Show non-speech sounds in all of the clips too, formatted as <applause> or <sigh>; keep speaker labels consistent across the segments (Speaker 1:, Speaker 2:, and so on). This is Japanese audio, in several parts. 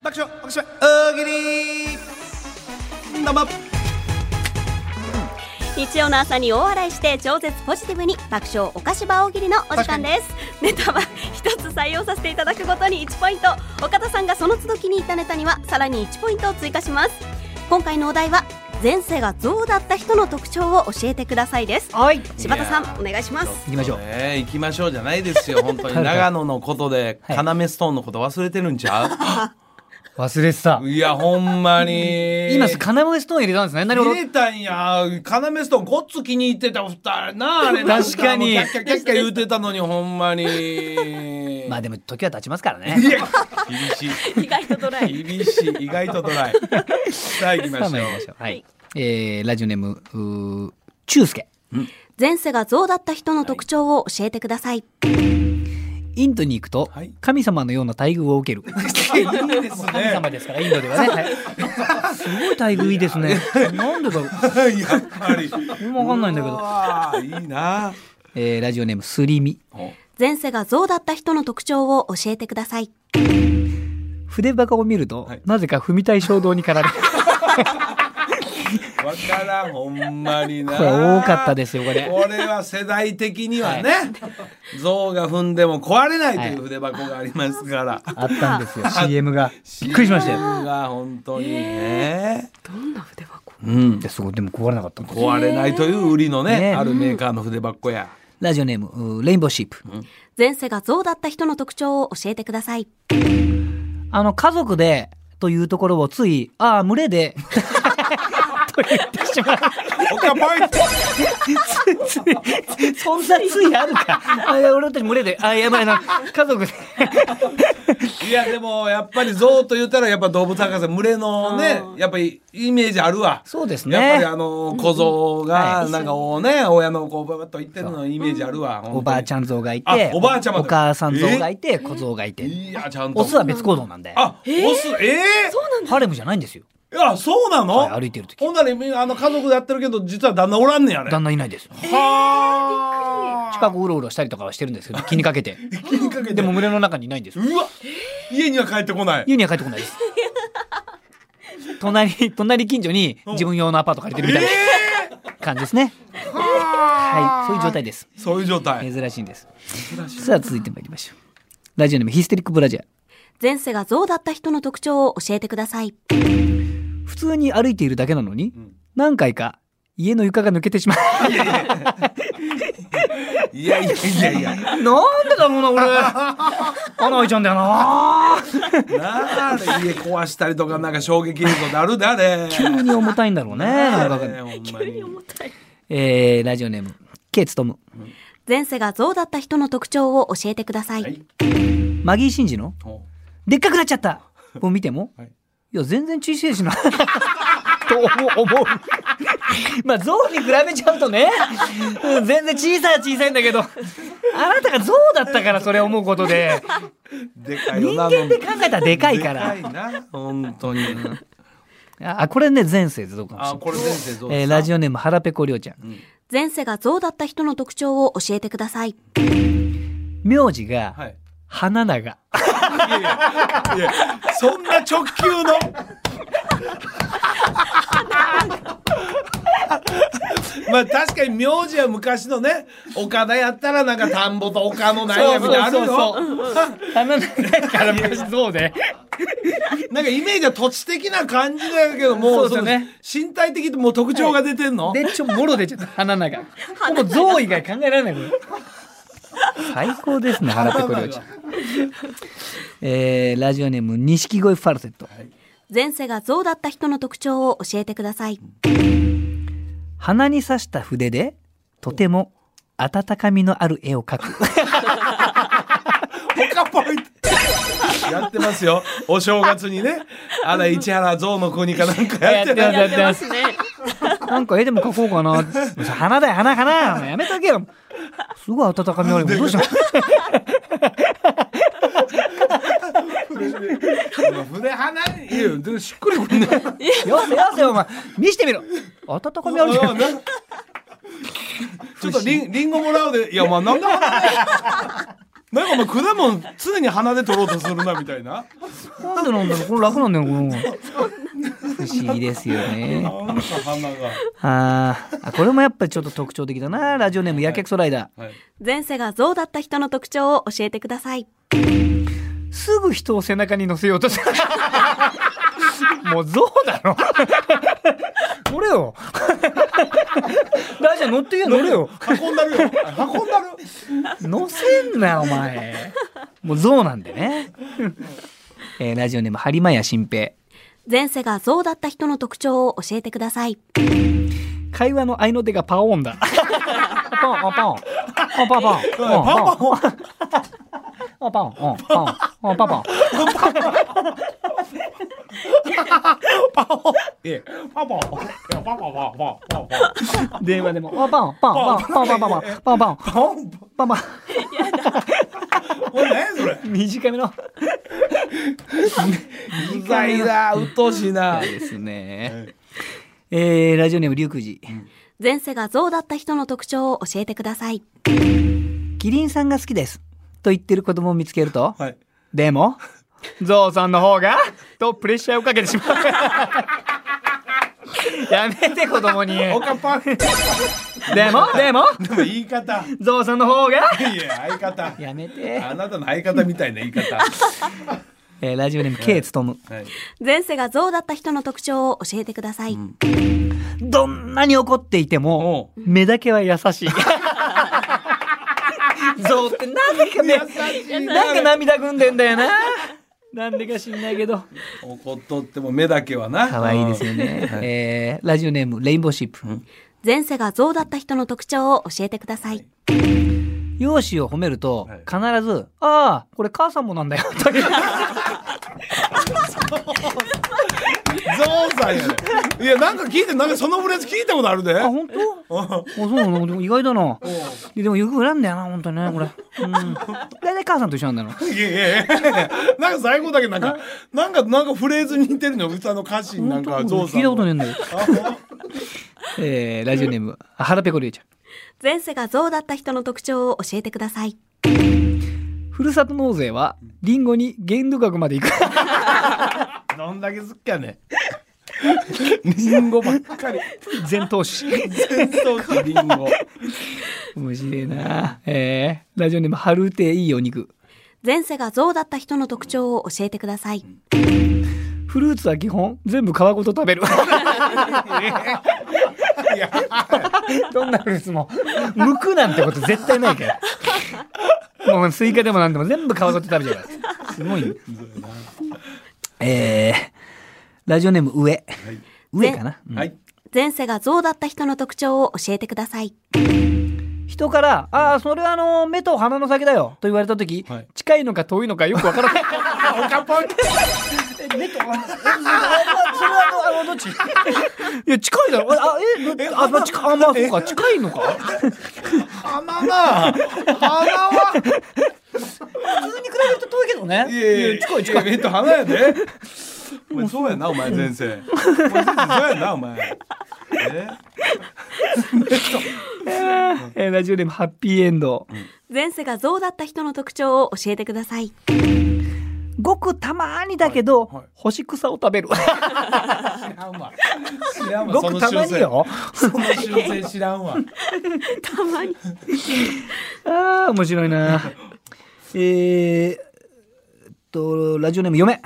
Speaker 1: 爆笑爆笑大喜利生
Speaker 2: 日曜の朝に大笑いして超絶ポジティブに爆笑お菓子場大喜利のお時間です <laughs> ネタは一つ採用させていただくごとに1ポイント岡田さんがその都度気に入ったネタにはさらに1ポイントを追加します今回のお題は前世が象だった人の特徴を教えてくださいです
Speaker 1: はい行
Speaker 2: 柴田さんお願いします
Speaker 1: きましょう
Speaker 3: えー、行きましょうじゃないですよ本当に長野のことで、要ストーンのこと忘れてるんちゃ
Speaker 4: 忘れてた
Speaker 3: う。いやほんまに
Speaker 4: 今、カナモエストーン入れたんですね。なるほ
Speaker 3: 入
Speaker 4: ど。
Speaker 3: れたんや要ストーンごっつ気に入ってたお二人なあれ
Speaker 4: 確かに
Speaker 3: なんもうキャッキャッキャッキャ言うてたのにほんまに
Speaker 4: まあでも、時は経ちますから
Speaker 3: い
Speaker 4: ね。
Speaker 3: や厳しい
Speaker 2: <laughs> 意外とドライ
Speaker 3: 厳しい意外とドライさあ行きましょ
Speaker 4: さあ
Speaker 3: う
Speaker 4: 参りましょう。は
Speaker 2: はい
Speaker 4: い。えー、ラジオネーム、うー中介。
Speaker 2: 前世が象だった人の特徴を教えてください、
Speaker 4: インドに行くと
Speaker 3: はい、
Speaker 4: 神様のような待遇を受ける。
Speaker 3: いいです
Speaker 4: 神様
Speaker 3: ね
Speaker 4: ですから、インドではね。はいすごい待遇いいですね。なんでか、
Speaker 3: やっぱり
Speaker 4: わかんないんだけ
Speaker 3: う
Speaker 4: ど。
Speaker 3: わーいいな
Speaker 4: えー、ラジオネーム、すりみ。
Speaker 2: 前世が象だった人の特徴を教えてください
Speaker 4: 筆箱を見ると
Speaker 3: はい、
Speaker 4: なぜか踏みたい衝動に駆られる。
Speaker 3: わからんほんまにな
Speaker 4: これ多かったですよこれ
Speaker 3: これは世代的にはね、象が踏んでも壊れないという筆箱がありますから、
Speaker 4: あったんですよ、CM が。びっくりしましたよ。
Speaker 3: CM が本当にね、
Speaker 2: どんな筆箱
Speaker 3: うん
Speaker 4: いや、すごい、でも壊れなかった。
Speaker 3: 壊れないという売りのね
Speaker 4: ね
Speaker 3: あるメーカーの筆箱や、
Speaker 4: ラジオネーム、うーレインボーシープ。
Speaker 2: 前世が象だった人の特徴を教えてください
Speaker 4: あの、家族で、というところをつい、ああ、群れ
Speaker 3: <laughs>
Speaker 4: で、と言ってしまう。
Speaker 3: おかぽいって
Speaker 4: そんなついあるか。あいや俺たち群れで、あ、やばいな、家
Speaker 3: <laughs>
Speaker 4: 族で。
Speaker 3: いやでもやっぱり象と言ったらやっぱ動物博士群れのねやっぱりイメージあるわ
Speaker 4: そうです
Speaker 3: やっぱり
Speaker 4: ね
Speaker 3: あ。の小僧が
Speaker 4: はい
Speaker 3: なんかおね親の子ばばっと言ってるのイメージあるわ
Speaker 4: おばあちゃん像がい
Speaker 3: あ
Speaker 4: て、
Speaker 3: おばあちゃんまで
Speaker 4: お母さん像がいて、小僧がい
Speaker 3: ゃ
Speaker 4: て。
Speaker 3: いやちゃんと
Speaker 4: オスは別行動なんで。
Speaker 3: あ、オス、ええ
Speaker 4: ハレムじゃないんですよ。
Speaker 3: いや、そうなの、
Speaker 4: はい歩いてる時
Speaker 3: ほんなら、あの、家族でやってるけど、実は旦那おらんねやね。
Speaker 4: 旦那いないです。
Speaker 3: はあ。
Speaker 4: 近くうろうろしたりとかはしてるんですけど、気にかけて。
Speaker 3: 気にかけて。
Speaker 4: でも群れの中にいないんです。
Speaker 3: うわ、家には帰ってこない。
Speaker 4: 家には帰ってこな
Speaker 3: <laughs>
Speaker 4: いです。隣、隣近所に自分用のアパート借りてるみたいな。感じですね。はい、そういう状態です。
Speaker 3: そういう状態。
Speaker 4: 珍しいんです。さあ、続いてまいりましょう。ラジオネームヒステリックブラジャー。
Speaker 2: 前世が象だった人の特徴を教えてください
Speaker 4: 普通に歩いているだけなのに、何回か家の床が抜けてしまう。
Speaker 3: いやいやいやいや。
Speaker 4: なんでだろうな、俺。穴開いちゃうんだよな。
Speaker 3: なあ、あれ家壊したりとか、なんか衝撃映像であるで、あれ。
Speaker 4: 急に重たいんだろうね。なんかわかんない
Speaker 3: 急に重たい。
Speaker 4: えー、ラジオネーム、ケイツトム。
Speaker 2: 前世が象だった人の特徴を教えてください、
Speaker 3: はい
Speaker 4: マギー・シンジの、
Speaker 3: ほ
Speaker 4: でっかくなっちゃったを見ても、
Speaker 3: はい
Speaker 4: い、や、全然小さいし
Speaker 3: <laughs>
Speaker 4: な。と思う、思う。 <laughs> まあ、象に比べちゃうとね、うん全然小さいは小さいんだけど、あなたが象だったから、それ思うことで、
Speaker 3: うでかいよ
Speaker 4: 人
Speaker 3: な、
Speaker 4: 間で考えたらでかいから
Speaker 3: で。かいな、本当
Speaker 4: <laughs>
Speaker 3: に。
Speaker 4: あ、これね、前世像かもし
Speaker 3: あ、これ先生ど
Speaker 4: れ
Speaker 3: う
Speaker 4: ない。
Speaker 3: で
Speaker 4: えー
Speaker 3: すか
Speaker 4: ラジオネーム、腹ペコりょうちゃん。
Speaker 2: 前世が象だった人の特徴を教えてください
Speaker 4: 名字が、
Speaker 3: はい。<laughs>
Speaker 4: 花長。
Speaker 3: いやそんな直球 <laughs> の。まあ確かに名字は昔のね岡田やったらなんか田んぼと丘の悩みがあるよ
Speaker 4: 花長から昔そうで。
Speaker 3: <laughs> なんかイメージは土地的な感じだけどもう
Speaker 4: そうですよね
Speaker 3: その身体的ってもう特徴が出てんの、
Speaker 4: で、ちょ、もろ出ちゃった、花長。もう象以外考えられない、これ。最高ですね、腹ペコ領地。えー、ラジオネーム、錦鯉ファルセット。
Speaker 2: 前世が象だった人の特徴を教えてください
Speaker 4: 鼻に刺した筆で、とても温かみのある絵を描く。
Speaker 3: ポカポイって <laughs> やってますよお正月にねあら市原象の国かなんか <laughs> やって
Speaker 4: や
Speaker 3: た
Speaker 4: ってますやってますなんか絵でも描こうかな。花だよ、花、花。やめとけよ。すごい温かみある。どうしよう。
Speaker 3: 筆花いやでもしっくりくんね
Speaker 4: よせよせ、お前。見してみろ。温かみあるじゃん。
Speaker 3: ちょっとリンリンゴもらうでいやまあなんだなんかお前果物常に鼻で取ろうとするなみたいな。
Speaker 4: なんでなんだろうこれ楽なんだよ、この。不思議ですよね。
Speaker 3: なんか鼻が。
Speaker 4: あーあ、これもやっぱりちょっと特徴的だな。ラジオネーム、やけくそライダ
Speaker 3: はい。
Speaker 2: <laughs> 前世が象だった人の特徴を教えてください。
Speaker 4: ー。すぐ人を背中に乗せようとする。 <laughs> もう象だろ。乗れよ。ラジオ乗ってや乗れよ。
Speaker 3: 運んだるよ。運んだる。
Speaker 4: 乗せんなよ、お前。もう象なんでね。えーラジオネーム、播磨屋新平。
Speaker 2: 前世が象だった人の特徴を教えてください。
Speaker 4: 会話の合いの手がパオンだ。ポン、ポン、ポン。ポン、ポン、ポン。
Speaker 3: パンパン。
Speaker 4: ポン、ポン、ポン、ポン、ポン、ポン、ポン。
Speaker 3: ええ。パンパン。パンパンパンパンパンパン。
Speaker 4: 電話でも、ポン、ポン、ポン、ポン、ポン、ポン、ポン、ポン、ポ
Speaker 3: パン
Speaker 4: ン、
Speaker 3: パン。
Speaker 4: ポン、ポン。
Speaker 3: これ何それ。
Speaker 4: <laughs> 短めの。
Speaker 3: うざいな。うっとうしいな。
Speaker 4: ですね。えー、ラジオネーム、リュウクジ。
Speaker 2: 前世が象だった人の特徴を教えてください。
Speaker 4: キリンさんが好きです。と言ってる子供を見つけると、
Speaker 3: はい。
Speaker 4: でも、 <laughs> ゾウさんの方が、とプレッシャーをかけてしまう。 <laughs> やめて、子供 <laughs> に。
Speaker 3: おかパン。で
Speaker 4: でも、でも、
Speaker 3: も言い方。
Speaker 4: ゾウさんの方
Speaker 3: い
Speaker 4: が、
Speaker 3: や相方。
Speaker 4: <laughs> やめて。
Speaker 3: あなたの相方みたいな言い方。は
Speaker 4: えーラジオネーム K つとむ。
Speaker 3: い。
Speaker 2: 前世が象だった人の特徴を教えてください。
Speaker 4: どんなに怒っていても、目だけは優 <laughs> しい。ゾウってなぜかね、
Speaker 3: 優しいな
Speaker 4: なんか涙ぐんでんだよな。なんでか知んないけど。
Speaker 3: 怒っとっても目だけはな。
Speaker 4: 可愛いですよね。えーラジオネームレインボーシップ。
Speaker 2: 前世が象だった人の特徴を教えてください。
Speaker 4: 容姿を褒めると、
Speaker 3: はい
Speaker 4: 必ず、ああ、これ母さんもなんだよ。
Speaker 3: <laughs>
Speaker 4: という
Speaker 3: ゾウさんやね。いや、なんか聞いて、なんかそのフレーズ聞いたことあるで。
Speaker 4: あ、本当あ、そうなのでも意外だな。ででもよく振らんだよな、本当にね、これ。うん。大体母さんと一緒なんだろう。
Speaker 3: いやいやいやなんか最後だけなんか、なんか、なんかフレーズに似てるの、歌の歌詞になんか、ゾウさん。
Speaker 4: 聞いたことねえんだ
Speaker 3: よ。
Speaker 4: よ。 <laughs> えーラジオネーム、腹ペコリュウちゃん。
Speaker 2: 前世が象だった人の特徴を教えてください。
Speaker 4: ふるさと納税は、リンゴに限度額までいく。 <laughs>
Speaker 3: どんだけ好きやねん。リンゴばっかり。
Speaker 4: 全投
Speaker 3: <laughs>
Speaker 4: 資。
Speaker 3: 戦争しリンゴ。
Speaker 4: 面白いな。えー、ラジオネーム、春ていいお肉。
Speaker 2: 前世が象だった人の特徴を教えてください。
Speaker 4: フルーツは基本、全部皮ごと食べ
Speaker 3: い
Speaker 4: る。
Speaker 3: や、
Speaker 4: <laughs> どんなフルーツも。剥くなんてこと絶対ないから。もうスイカでもなんでも全部皮ごと食べちゃうから。すごい、ね。 <laughs> えー、ラジオネーム、上。上かな。うん
Speaker 3: はい。
Speaker 2: 前世が象だった人の特徴を教えてください。
Speaker 4: 人から、ああ、それはあの、目と鼻の先だよと言われたとき、
Speaker 3: はい
Speaker 4: 近いのか遠いのかよくわから <laughs> ない。
Speaker 3: あ、おかぱん。
Speaker 4: それはあの、あの、どっち <laughs> いや、近いだろ。あ、え、あ、まあ、近い、あ、まあ、そうか、近いの <laughs> か。
Speaker 3: 鼻が。鼻は。
Speaker 4: 普通に比べると遠いけどね。
Speaker 3: いやいや、
Speaker 4: 近い、
Speaker 3: 近
Speaker 4: 近
Speaker 3: い。
Speaker 4: い。
Speaker 3: えっと、鼻や <laughs> で。お前、そうやな、お前、前世。お前、前世、そうやな、お前。え
Speaker 4: <laughs> えーラジオネーム、ハッピーエンド。
Speaker 2: 前世が象だった人の特徴を教えてください。
Speaker 4: ごくたまーにだけど、
Speaker 3: はいはい
Speaker 4: 干し草を食べる。
Speaker 3: 知らんわ。知らんわ。
Speaker 4: ごくたまによ。
Speaker 3: その修正。その修正知らんわ。
Speaker 2: たまに。
Speaker 4: <laughs> ああ、面白いな。 <laughs> えー、っと、ラジオネーム、嫁。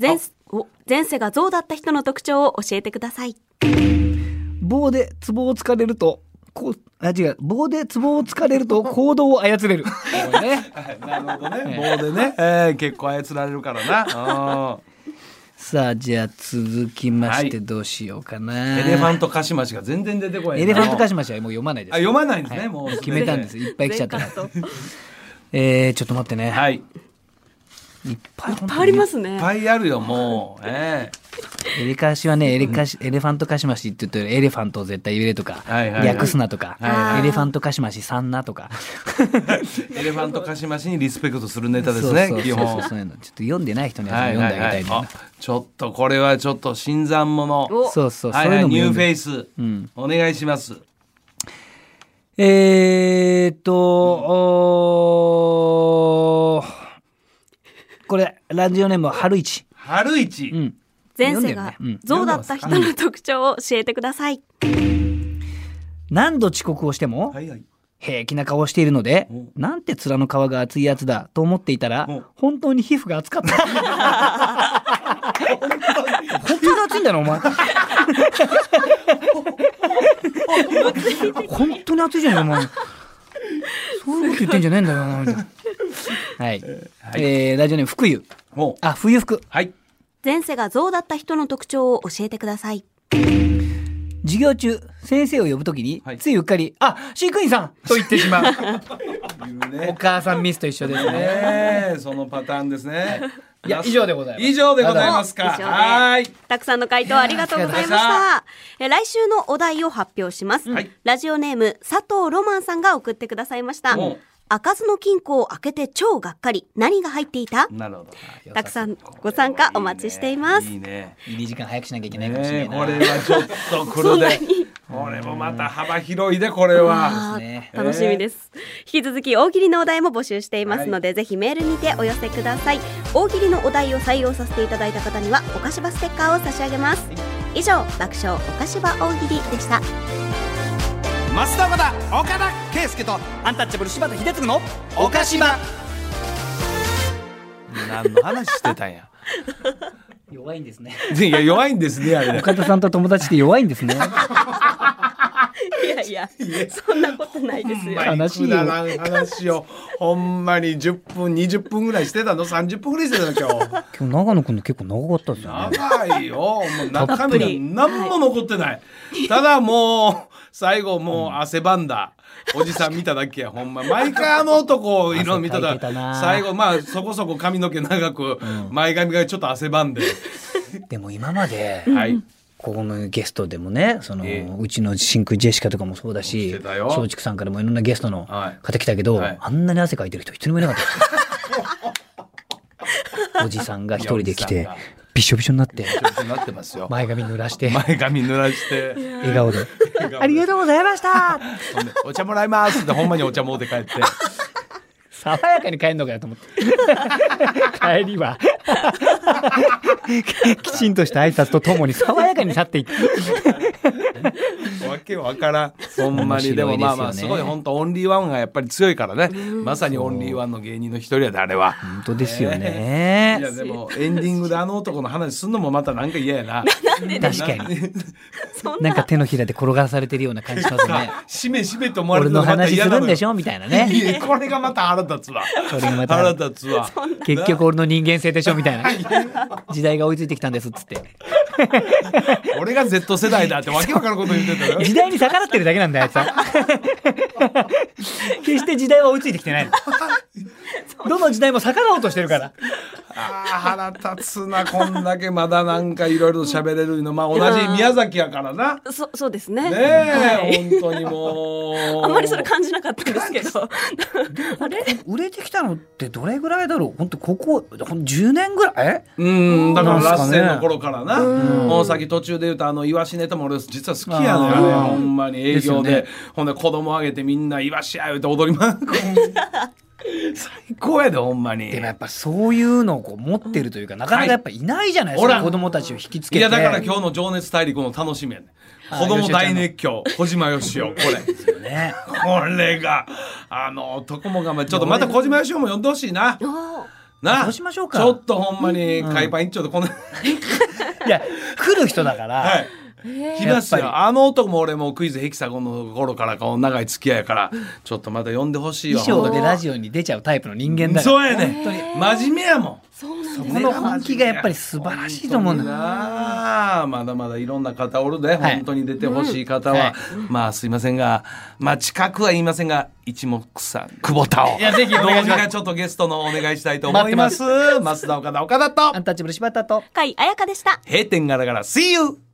Speaker 2: 前世お前世が象だった人の特徴を教えてください。
Speaker 4: 棒で壺をつかれると、こう、あ、違う、棒で壺をつかれる <laughs> と行動を操れる。これね。
Speaker 3: はいなるほどね。棒でね、えー、結構操られるからな。
Speaker 4: <laughs> さあ、じゃあ続きまして
Speaker 3: はい
Speaker 4: どうしようかな。
Speaker 3: うんエレファントカシマシが全然出てこない。
Speaker 4: エレファントカ
Speaker 3: シ
Speaker 4: シマシはもう読まないです。
Speaker 3: あ、読まないんですね。もう
Speaker 4: もう決めたんです。
Speaker 3: ね
Speaker 4: いっぱい来ちゃったか
Speaker 2: 前
Speaker 4: ら。
Speaker 2: 回といっ
Speaker 4: えー、ちょっと待ってね。
Speaker 3: はい。い
Speaker 4: いっぱい本当に
Speaker 2: ぱいありますね
Speaker 3: っ。ぱいあるよ、もう。え
Speaker 4: エレカシはね、エレカシ、エレファントカシマシって言ってるエレファントを絶対言えとか、
Speaker 3: はいはいはい
Speaker 4: 略すなとか、
Speaker 2: はい
Speaker 4: エレファントカシマシさんなとか。
Speaker 3: えエレファントカシマシにリスペクトするネタで
Speaker 4: そ
Speaker 3: す
Speaker 4: う
Speaker 3: ね
Speaker 4: そ、う
Speaker 3: 基
Speaker 4: そうそう
Speaker 3: 本。
Speaker 4: そういうの。ちょっと読んでない人には
Speaker 3: はい
Speaker 4: 読んで
Speaker 3: は
Speaker 4: あ
Speaker 3: いは
Speaker 4: げた
Speaker 3: い
Speaker 4: い。
Speaker 3: あ。
Speaker 4: な
Speaker 3: ちょっとこれはちょっと新参者。
Speaker 2: お
Speaker 4: そうそう、
Speaker 3: はい
Speaker 4: そう
Speaker 3: はいい、
Speaker 4: うのも
Speaker 3: ニュー
Speaker 4: 読ん
Speaker 3: フ
Speaker 4: で
Speaker 3: ェイス。お願いします。
Speaker 4: えー、っと、おーこれ、ラジオネームは春市。
Speaker 3: 春一、
Speaker 4: うん。
Speaker 2: 前世
Speaker 4: 読んだ
Speaker 2: が
Speaker 4: よねうん
Speaker 2: 象だった人の特徴を教えてください。
Speaker 4: 何度遅刻をしても、
Speaker 3: はいはい
Speaker 4: 平気な顔をしているので
Speaker 3: うん、
Speaker 4: なんて面の皮が厚いやつだと思っていたら
Speaker 3: うん、
Speaker 4: 本当に皮膚が厚かった。本当に厚いんだな、お前。本当に厚いじゃない、お前。そういうこと言ってんじゃねえんだよな、みたいな。はい。えーラジオネーム、福湯。
Speaker 3: ほう
Speaker 4: あ、冬服。
Speaker 3: はい
Speaker 2: 前世が象だった人の特徴を教えてください。
Speaker 4: 授業中、先生を呼ぶときに
Speaker 3: はい、
Speaker 4: ついうっかり、あ、飼育員さんと言ってしまう。
Speaker 3: 言う
Speaker 4: <laughs> お
Speaker 3: ね
Speaker 4: 母さんミスと一緒ですね。
Speaker 3: ねえそのパターンですね
Speaker 4: いや以上でございます
Speaker 3: 以上でございます
Speaker 2: 以
Speaker 3: か
Speaker 2: 上で
Speaker 3: はーい
Speaker 2: たくさんの回答ありがとうございまし
Speaker 3: いや
Speaker 2: た。え来週のお題を発表します。
Speaker 3: はい
Speaker 2: ラジオネーム佐藤ロマンさんが送ってくださいました
Speaker 3: うん。
Speaker 2: 開かずの金庫を開けて超がっかり。何が入っていた？
Speaker 3: なるほど
Speaker 2: たくさんご参加お待ちしています。
Speaker 3: いいね
Speaker 4: 入り時間早くしなきゃいけないかもし
Speaker 3: ね
Speaker 4: れ
Speaker 3: え
Speaker 4: ない
Speaker 3: こ
Speaker 4: な。
Speaker 3: れはちょっと黒でこれもまた幅広いでこれは
Speaker 2: あー
Speaker 4: ですね
Speaker 2: 楽しみです、引き続き大喜利のお題も募集していますので、ぜひメールにてお寄せください大喜利のお題を採用させていただいた方にはお菓子場ステッカーを差し上げます以上爆笑お菓子場大喜利でした
Speaker 1: 増田岡田岡田圭佑と
Speaker 4: アンタッチャブル柴田秀嗣の
Speaker 1: 岡島
Speaker 3: 何の話してたんや
Speaker 4: 弱いんですね。
Speaker 3: いや弱いんですねあれ
Speaker 4: 岡田さんと友達って弱いんです <laughs> ね。
Speaker 2: いやいやそんなことないですよ
Speaker 4: 悲しいよ
Speaker 3: くだらん話をほんまに10分20分ぐらいしてたの30分ぐらいしてたの今日
Speaker 4: 今日長野くんの結構長かったですよね。
Speaker 3: 長いよもう中
Speaker 2: たっぷり
Speaker 3: 身が何も残ってない、ただもう最後もう汗ばんだおじさん見ただけやほんま毎回あの男を色々見た
Speaker 4: 汗かいてた
Speaker 3: ら
Speaker 4: な
Speaker 3: 最後まあそこそこ髪の毛長く前髪がちょっと汗ばんで、
Speaker 4: でも今まで、
Speaker 3: はい
Speaker 4: ここのゲストでもね、その、
Speaker 3: ええ
Speaker 4: うちの真空ジェシカとかもそうだし、
Speaker 3: 来てたよ
Speaker 4: 松竹さんからもいろんなゲストの
Speaker 3: はい
Speaker 4: 方来たけど、
Speaker 3: はい
Speaker 4: あんなに汗かいてる人一人もいなか <laughs> った。おじさんが一人で来
Speaker 3: い
Speaker 4: て
Speaker 3: やおじさんが、
Speaker 4: びしょびしょになって、
Speaker 3: 調子になってますよ
Speaker 4: 前髪濡らして、
Speaker 3: 前髪濡らして
Speaker 4: <laughs> 笑顔で。
Speaker 3: 笑顔で
Speaker 4: ありがとうございました
Speaker 3: ほんでお茶もらいますってほんまにお茶持って帰って
Speaker 4: 爽やかに帰るのかよと思って帰り <laughs> はきちんとした挨拶とともに爽やかに去っていって
Speaker 3: <laughs> わけわからん。ほんま
Speaker 4: 面白いです
Speaker 3: に。でも
Speaker 4: よね
Speaker 3: まあまあ、すごい本当オンリーワンがやっぱり強いからね。まさにオンリーワンの芸人の一人やで、あれは。
Speaker 4: 本当ですよ
Speaker 3: いや
Speaker 4: ね
Speaker 3: でもエンディングであの男の話すんのもまたなんか嫌や <laughs> な。
Speaker 4: 確かに
Speaker 2: そん
Speaker 4: な
Speaker 2: な
Speaker 4: んか手のひらで転がされてるような感じしますね
Speaker 3: さあしめしめと思われ
Speaker 4: <laughs> 俺
Speaker 3: てる
Speaker 4: の
Speaker 3: また
Speaker 4: 話
Speaker 3: 嫌
Speaker 4: す
Speaker 3: な
Speaker 4: る
Speaker 3: の
Speaker 4: ん
Speaker 3: よ
Speaker 4: でしょみたいないね
Speaker 3: やこれがまた腹立つわ。
Speaker 4: れがまた
Speaker 3: 腹立つ <laughs> わ。
Speaker 4: 結局俺の人間性でしょみ <laughs> たいな時代が追いついてきたんですっつって
Speaker 3: 俺が Z 世代だってわけわからんこと言ってたよ。
Speaker 4: 時代に逆らってるだけなんだよあいつ <laughs> は決して時代は追いついてきてない <laughs> のどの時代も逆らおうとしてるから
Speaker 3: あ <laughs> ー腹立つな、こんだけまだなんかいろいろ喋れるの。まあ同じ宮崎やからな。ね
Speaker 2: そそうですねはい
Speaker 3: え、本当にもう。
Speaker 2: <laughs> あんまりそれ感じなかったんですけ <laughs> どあれ
Speaker 4: 売れてきたのってどれぐらいだろう本当ここほん10年ぐらい
Speaker 3: うん、だから
Speaker 4: なんすか
Speaker 3: ラ
Speaker 4: ね
Speaker 3: ッセンの頃からな、もうさっき途中で言うとあのイワシネタも俺実は好きやねん
Speaker 4: あー
Speaker 3: あれほんまに営業で
Speaker 4: ですよね
Speaker 3: ほんで子供あげてみんなイワシや言うて踊りまく最高やでほんまに
Speaker 4: でもやっぱそういうのをこう持ってるというかなかなかやっぱいないじゃないです
Speaker 3: ほ
Speaker 4: か、
Speaker 3: ら
Speaker 4: 子供たちを引きつけて
Speaker 3: いやだから今日の「情熱大陸」の楽しみやねん
Speaker 4: あー
Speaker 3: 子供大熱狂小島よしおこれ
Speaker 4: 日ね
Speaker 3: これがあの男も頑張ってちょっとまた小島よしおも呼んでほしいな
Speaker 2: あ
Speaker 3: な
Speaker 4: そうしましょうか
Speaker 3: ちょっとほんまに海パン一丁でこんな、
Speaker 4: いや来る人だから、
Speaker 3: はい来ます
Speaker 4: やっ
Speaker 3: よあの男も俺もクイズヘキサゴンの頃からこう長い付き合いやからちょっとまた呼んでほしいわ
Speaker 4: 衣装でラジオに出ちゃうタイプの人間だから
Speaker 3: そうやね真面目やもん
Speaker 2: そうなん
Speaker 4: そこの本気がやっぱり素晴らしいと思うんだよ
Speaker 3: なあまだまだいろんな方おるで、
Speaker 4: はい
Speaker 3: 本当に出てほしい方は、
Speaker 4: はい
Speaker 3: まあすいませんがまあ近くは言いませんが一目散久保田を
Speaker 4: いやぜひお
Speaker 3: どう
Speaker 4: 願い
Speaker 3: に
Speaker 4: します
Speaker 3: かちょっとゲストのお願いしたいと思いますます増田岡田岡田と
Speaker 4: アンタッチャブル柴田と
Speaker 2: 甲斐彩香でした
Speaker 3: 閉店ガラガラ See you!